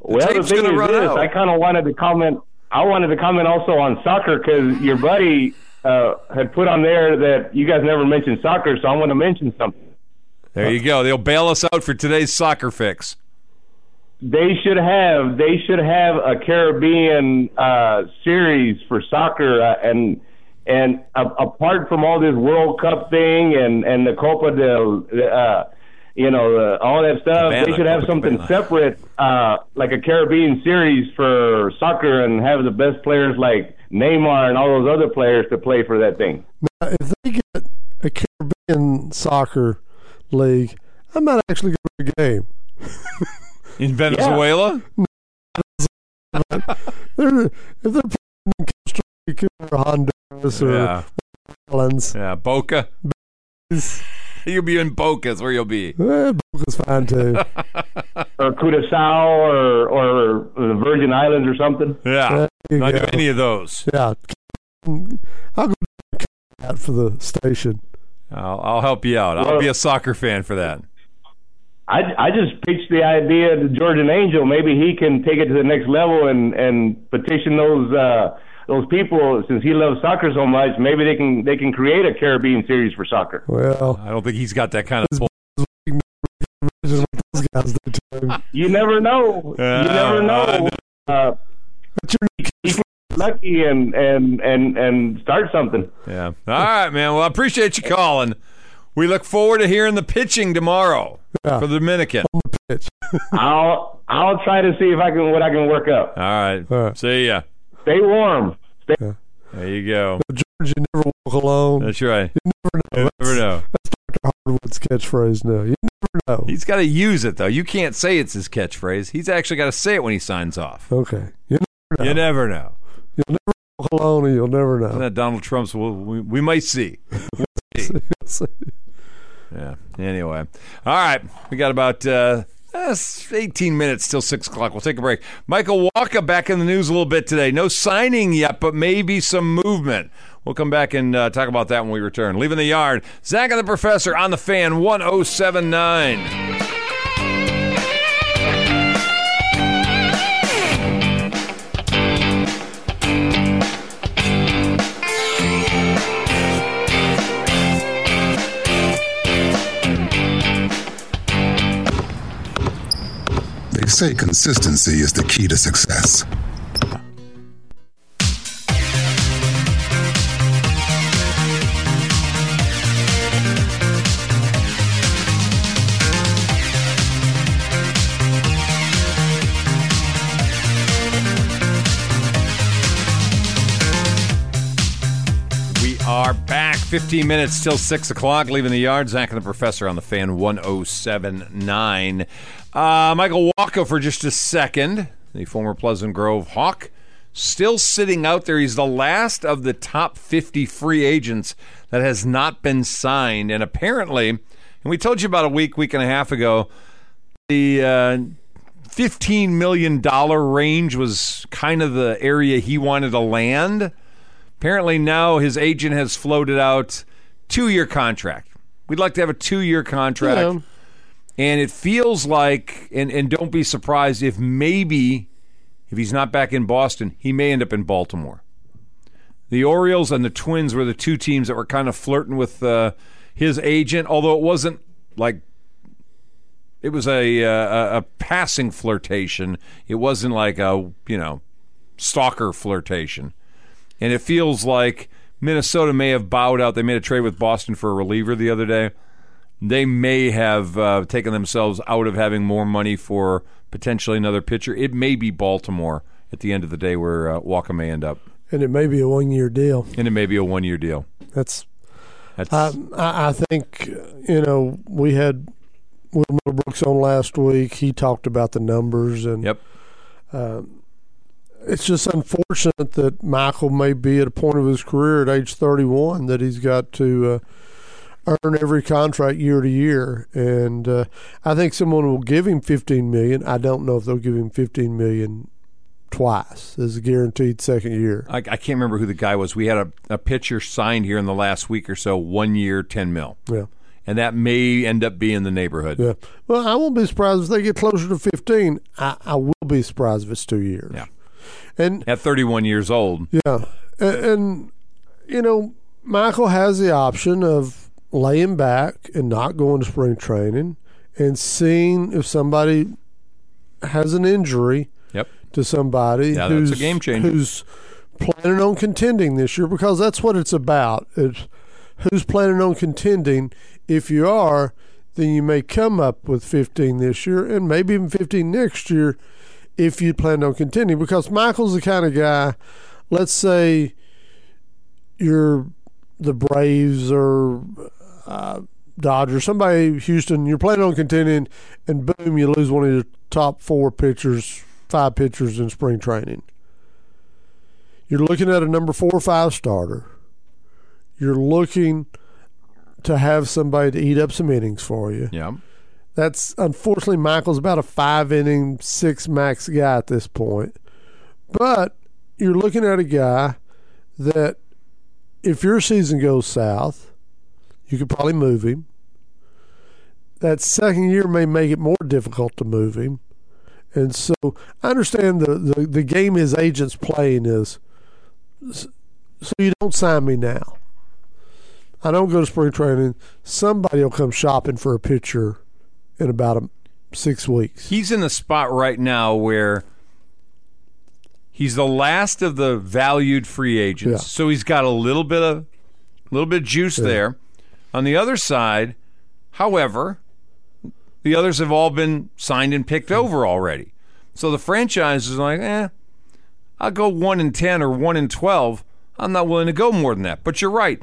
well, tape's the thing gonna is run this, out. I kind of wanted to comment. I wanted to comment also on soccer because your buddy uh, had put on there that you guys never mentioned soccer, so I want to mention something. There you go. They'll bail us out for today's soccer fix. They should have they should have a Caribbean uh, series for soccer uh, and and a apart from all this World Cup thing and and the Copa del uh, you know uh, all that stuff Cabana, they should have Copa something Cabana. separate uh, like a Caribbean series for soccer and have the best players like Neymar and all those other players to play for that thing. Now, if they get a Caribbean soccer league, I might actually go to the game. In Venezuela? They're, if they're playing in Costa Rica or Honduras or Yeah. Islands, Yeah. Boca. You'll be in Boca, is where you'll be. eh, Boca's fine too. Or Curacao or or the Virgin Islands or something. Yeah. There you Not do go. any of those. Yeah. I'll go to that for the station. I'll, I'll help you out. I'll Well- be a soccer fan for that. I, I just pitched the idea to Jordan Angel. Maybe he can take it to the next level and and petition those uh, those people since he loves soccer so much. Maybe they can they can create a Caribbean series for soccer. Well, I don't think he's got that kind of. Pull. this is what those guys do to him. You never know. you never I know. know. Uh, he can be lucky and and and and start something. Yeah. All right, man. Well, I appreciate you calling. We look forward to hearing the pitching tomorrow Yeah. for the Dominican. All Pitch. I'll I'll try to see if I can what I can work up. right. All right. See ya. Stay warm. Stay There you go. George, you never walk alone. That's right. You never know. You never know. Dr. Hardwood's catchphrase now. You never know. He's got to use it though. You can't say it's his catchphrase. He's actually got to say it when he signs off. okay. You You never know. You'll never walk alone, and you'll never Isn't know. that Donald Trump's? Well, we, we might see. Yeah. Anyway. All right. We got about uh, uh, 18 minutes till 6 o'clock. We'll take a break. Michael Walker back in the news a little bit today. No signing yet, but maybe some movement. We'll come back and uh, talk about that when we return. Leaving the yard. Zach and the Professor on the fan 1079. They say consistency is the key to success. We are back. 15 minutes till 6 o'clock. Leaving the yard. Zach and the professor on the fan 1079. Uh, Michael Walker for just a second. The former Pleasant Grove Hawk. Still sitting out there. He's the last of the top 50 free agents that has not been signed. And apparently, and we told you about a week, week and a half ago, the uh, $15 million range was kind of the area he wanted to land. Apparently now his agent has floated out two year contract. We'd like to have a two year contract. And it feels like, and, and don't be surprised if maybe, if he's not back in Boston, he may end up in Baltimore. The Orioles and the Twins were the two teams that were kind of flirting with uh, his agent, although it wasn't like it was a, uh, a a passing flirtation. It wasn't like a you know stalker flirtation, and it feels like Minnesota may have bowed out. They made a trade with Boston for a reliever the other day. They may have uh, taken themselves out of having more money for potentially another pitcher. It may be Baltimore at the end of the day where uh, Walker may end up, and it may be a one-year deal. and it may be a one-year deal. That's That's I, I I think you know we had Will Brooks on last week. He talked about the numbers, and yep. it's just unfortunate that Michael may be at a point of his career at age 31 that he's got to uh, earn every contract year to year, and uh, I think someone will give him 15 million. I don't know if they'll give him 15 million twice as a guaranteed second year. I, I can't remember who the guy was. We had a, a pitcher signed here in the last week or so, one year, ten mil, Yeah. and that may end up being the neighborhood. Yeah. Well, I won't be surprised if they get closer to 15. I, I will be surprised if it's two years. Yeah. And At 31 years old, Yeah, and, and you know, Michael has the option of laying back and not going to spring training and seeing if somebody has an injury yep, to somebody Yeah, that's a who's game changer. who's planning on contending this year because that's what it's about. It's who's planning on contending. If you are, then you may come up with 15 this year and maybe even 15 next year if you plan on contending because Michael's the kind of guy let's say you're the Braves or uh, Dodgers, somebody Houston, you're planning on contending, and boom, you lose one of your top four pitchers, five pitchers in spring training. You're looking at a number four or five starter. You're looking to have somebody to eat up some innings for you. yeah, That's unfortunately Michael's about a five inning, six max guy at this point. But you're looking at a guy that if your season goes south, you could probably move him. That second year may make it more difficult to move him. And so I understand the, the, the game his agent's playing is s- so you don't sign me now. I don't go to spring training. Somebody will come shopping for a pitcher in about um, six weeks. he's in the spot right now where he's the last of the valued free agents, Yeah. so he's got a little bit of little bit of juice there. On the other side, however, the others have all been signed and picked Hmm. over already. So the franchise is like, eh, I'll go one in ten or one in twelve. I'm not willing to go more than that. But you're right.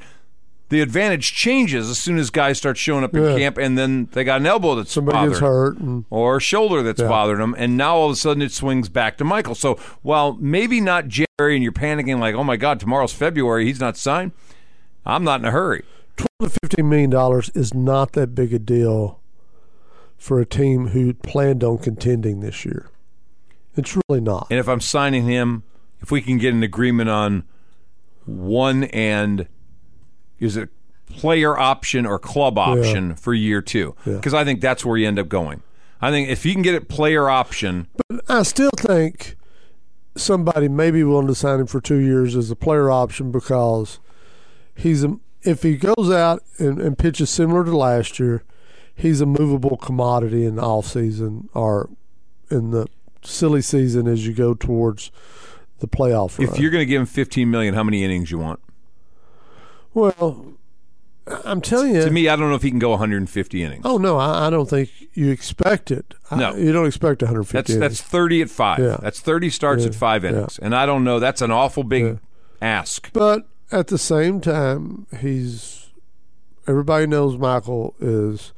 The advantage changes as soon as guys start showing up in Yeah. camp, and then they got an elbow that's Somebody bothering gets hurt, and or shoulder that's bothering him, and now all of a sudden it swings back to Michael. So while maybe not Jerry, and you're panicking like, "Oh my God, tomorrow's February, he's not signed," I'm not in a hurry. twelve to fifteen million dollars is not that big a deal for a team who planned on contending this year. It's really not. And if I'm signing him, if we can get an agreement on one and is it player option or club option for year two, because I think that's where you end up going. I think if you can get it player option, I still think somebody may be willing to sign him for two years as a player option because he's a, if he goes out and, and pitches similar to last year, he's a movable commodity in the off season or in the silly season as you go towards the playoff. if run. you're going to give him 15 million, how many innings you want? well, I'm telling you, To me, I don't know if he can go 150 innings. Oh no, I, I don't think you expect it. I- No. you don't expect 150. That's that's thirty at five. Yeah. That's thirty starts at five innings, and I don't know. That's an awful big ask. but at the same time, he's everybody knows Michael is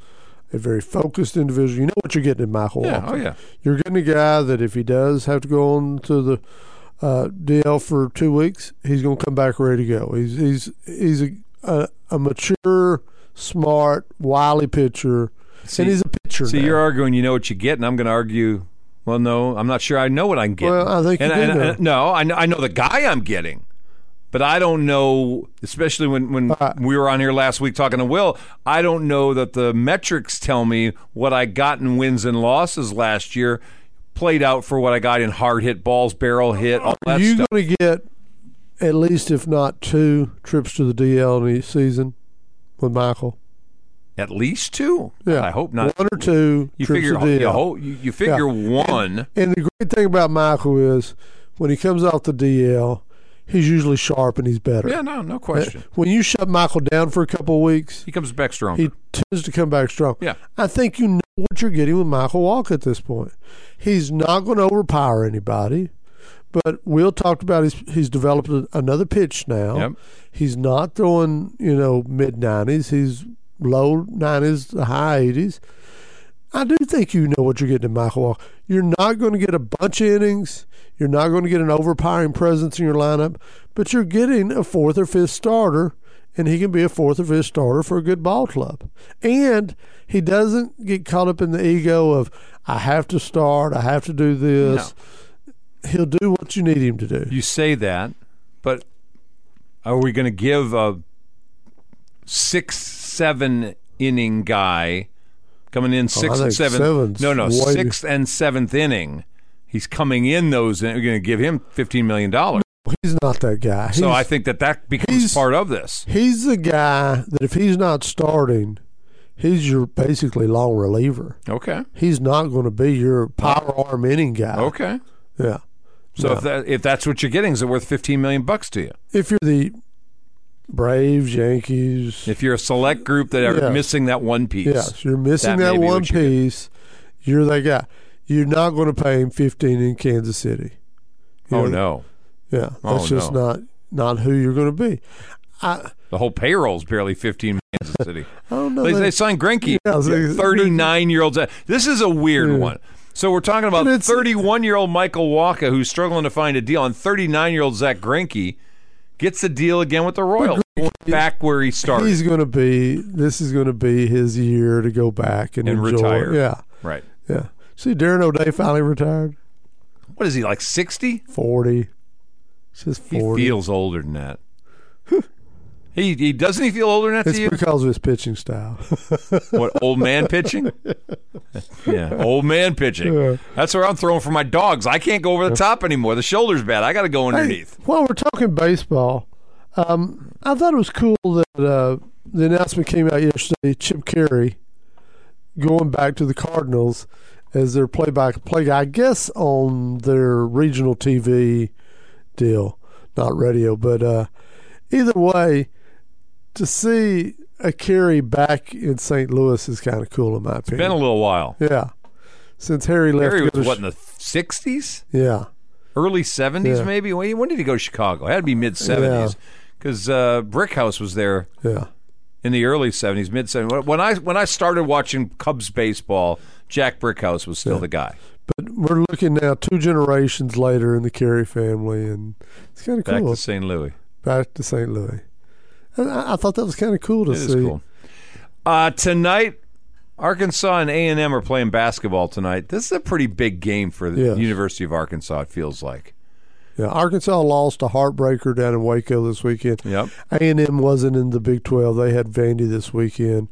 a very focused individual. You know what you're getting in Michael. Yeah, Walker. oh, yeah. You're getting a guy that if he does have to go on to the uh, DL for two weeks, he's going to come back ready to go. He's he's he's a a, a mature, smart, wily pitcher, See- and he's a pitcher. So now. you're arguing you know what you get, and I'm going to argue. Well, no, I'm not sure. I know what I'm getting. Well, I think you and, do and- know. and- no, I know, I know the guy I'm getting. But I don't know, especially when, when Uh, we were on here last week talking to Will, I don't know that the metrics tell me what I got in wins and losses last year played out for what I got in hard hit balls, barrel hit, all that you stuff. going to get at least, if not two, trips to the DL in each season with Michael? At least two? I hope not. One or two You trips figure, to DL. you, ho- you, you figure one. And the great thing about Michael is when he comes off the DL, he's usually sharp and he's better. Yeah, no, no question. When you shut Michael down for a couple of weeks, He comes back strong. he tends to come back strong. Yeah. I think you know what you're getting with Michael Walker at this point. He's not going to overpower anybody. But Will talked about he's, he's developed a- another pitch now. Yep. He's not throwing, you know, mid 90s. He's low 90s, high 80s. I do think you know what you're getting in Michael Walker. You're not going to get a bunch of innings. You're not going to get an overpowering presence in your lineup, but you're getting a fourth or fifth starter, and he can be a fourth or fifth starter for a good ball club. And he doesn't get caught up in the ego of, I have to start, I have to do this. He'll do what you need him to do. You say that, but are we going to give a six, seven inning guy coming in sixth Oh, think and seventh? seven's No, no, way- sixth and seventh inning. He's coming in those, and we're going to give him fifteen million dollars. He's not that guy. So He's- I think that that becomes he's- part of this. he's the guy that if he's not starting, he's your basically long reliever. Okay, he's not going to be your power arm inning guy. okay. Yeah. So if that if that's what you're getting, is it worth fifteen million bucks to you? If you're the Braves, Yankees, If you're a select group that are Yeah. missing that one piece, yes, you're missing That that, may be one what you get. piece. You're that guy. You're not going to pay him 15 in Kansas City. You oh know, no, Yeah, that's Oh, just no. not not who you're going to be. the whole payroll's barely fifteen. Kansas City. I don't know. They, they that- signed Grenke, Yeah, it's like- 39 year old. This is a weird one. So we're talking about But it's- 31 year old Michael Walker who's struggling to find a deal, and 39 year old Zach Grenke gets the deal again with the Royals, Going back where he started. he's going to be. This is going to be his year to go back and, And enjoy. retire. Yeah, right. yeah. See, Darren O'Day finally retired. What is he like? 60? 40. It's just He 40. feels older than that. he, he doesn't he feel older than that it's to you? because of his pitching style. What old man pitching? yeah, old man pitching. That's where I'm throwing for my dogs. I can't go over the top anymore. The shoulder's bad. I got to go underneath. While we're talking baseball, um, I thought it was cool that uh, the announcement came out yesterday. Chip Carey going back to the Cardinals as their play-by-play guy, I guess on their regional TV deal, not radio. But uh, either way, to see a Carey back in St. Louis is kind of cool in my Been a opinion. little while. yeah, since Harry left, Barry to go was to what Ch- in the sixties, yeah, early seventies, Yeah. maybe. When, when did he go to Chicago? It had to be mid seventies because uh, Brickhouse was there yeah. in the early seventies, mid seventies. When I when I started watching Cubs baseball, Jack Brickhouse was still the guy. we're looking now two generations later in the Carey family, and it's kind of Back cool. to St. Louis. Back to St. Louis. And I, I thought that was kind of cool to It is see. cool. Uh, tonight, Arkansas and A and M are playing basketball tonight. This is a pretty big game for the Yes. University of Arkansas. It feels like. Yeah, Arkansas lost a heartbreaker down in Waco this weekend. Yep. A and M wasn't in the Big Twelve. They had Vandy this weekend.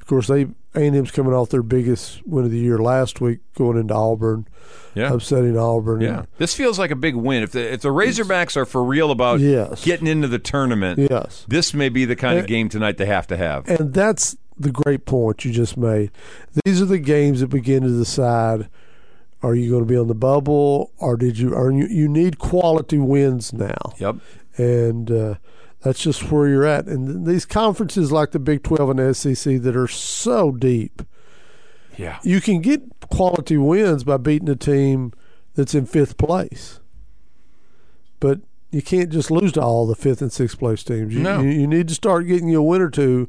Of course, they A and M's coming off their biggest win of the year last week, going into Auburn, Yeah. upsetting Auburn. Yeah, this feels like a big win. If the if the Razorbacks are for real about Yes. getting into the tournament, Yes. this may be the kind of Uh, game tonight they have to have. And that's the great point you just made. These are the games that begin to decide are you going to be on the bubble or did you earn you, you need quality wins now. Yep. And uh, that's just where you're at. And th- these conferences like the Big 12 and the SEC that are so deep, Yeah. you can get quality wins by beating a team that's in fifth place. But you can't just lose to all the fifth and sixth place teams. You, No. you, you need to start getting you a win or two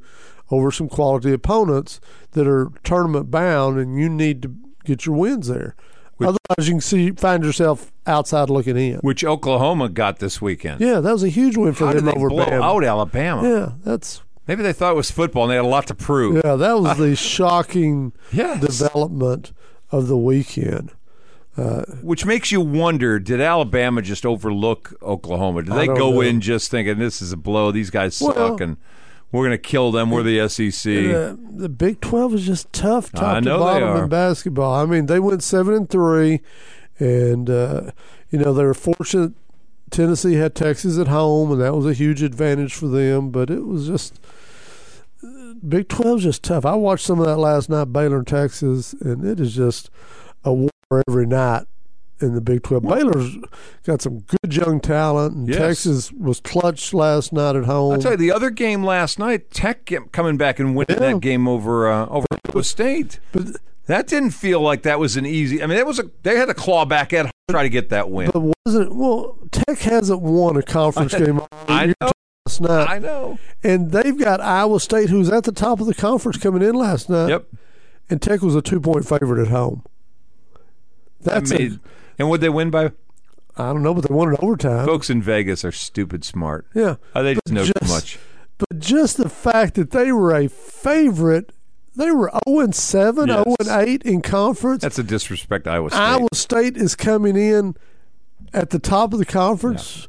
over some quality opponents that are tournament bound, and you need to get your wins there. Otherwise, you can see find yourself outside looking in. Which Oklahoma got this weekend. Yeah, that was a huge win for How did they them over blow Bama. out Alabama? Yeah, that's Maybe they thought it was football and they had a lot to prove. yeah, that was the shocking Yes. development of the weekend. Which makes you wonder: Did Alabama just overlook Oklahoma? Did they don't go know. in just thinking this is a blow? These guys suck, Well- and we're going to kill them. We're the E SEC. The, the Big Twelve is just tough, top I know to they bottom are. in basketball. I mean, they went seven and three, and uh, you know they were fortunate. Tennessee had Texas at home, and that was a huge advantage for them. But it was just Big 12 is just tough. I watched some of that last night, Baylor and Texas, and it is just a war every night in the Big 12. Baylor's got some good young talent, and Yes. Texas was clutch last night at home. I'll tell you, the other game last night, Tech came- coming back and winning Yeah. that game over uh, over Iowa State. But- that didn't feel like that was an easy. I mean, that was a they had to claw back at try to get that win. But wasn't well? Tech hasn't won a conference game all I year know, last night, I know. and they've got Iowa State, who's at the top of the conference, coming in last night. Yep, And Tech was a two-point favorite at home. I That's mean, and would they win by? a, I don't know, but they won in overtime. Folks in Vegas are stupid smart. yeah, Oh, they just But know too just- much. but just the fact that they were a favorite, they were zero and seven, Yes. zero and eight in conference. That's a disrespect. to Iowa State. Iowa State is coming in at the top of the conference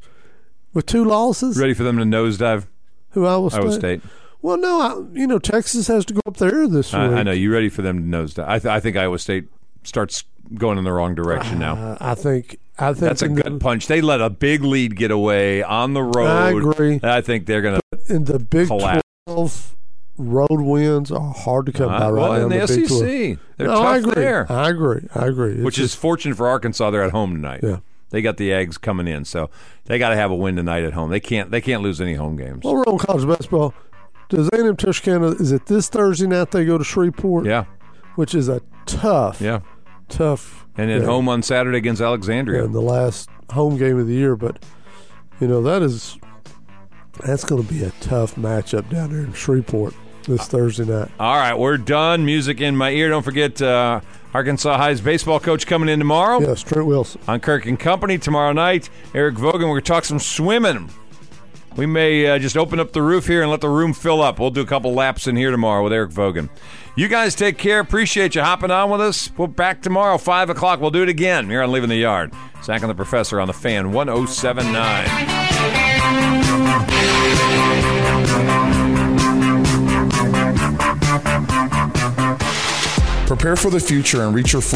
with two losses. Ready for them to nosedive Who Iowa State? Iowa State? Well, no, I, you know Texas has to go up there this I, week. I know you ready for them to nosedive. I, th- I think Iowa State starts going in the wrong direction now. Uh, I think I think That's a in gut the, punch. They let a big lead get away on the road. I agree. I think they're going to. in the Big collapse. Uh-huh. Twelve. Road wins are hard to come by right well, now in the, Big 12. SEC, they're No, tough I agree. there, I agree. I agree. It's which is fortunate for Arkansas. They're at home tonight. Yeah. They got the eggs coming in, so they got to have a win tonight at home. They can't. They can't lose any home games. Well, we're on college basketball. Does A&M Touchdown, is it this Thursday night they go to Shreveport? yeah, Which is a tough, yeah. tough. And at game. home on Saturday against Alexandria. And the last home game of the year. But, you know, that is, that's going to be a tough matchup down there in Shreveport Uh, this Thursday night. All right, we're done. Music in my ear. Don't forget uh, Arkansas High's baseball coach coming in tomorrow Yes, Trent Wilson. on Kirk and Company tomorrow night. Eric Vogan, we're going to talk some swimming. We may uh, just open up the roof here and let the room fill up. We'll do a couple laps in here tomorrow with Eric Vogan. You guys take care. Appreciate you hopping on with us. We're back tomorrow, 5 o'clock. We'll do it again here on Leaving the Yard. Zach and the Professor on the fan, 1079. Prepare for the future and reach your full.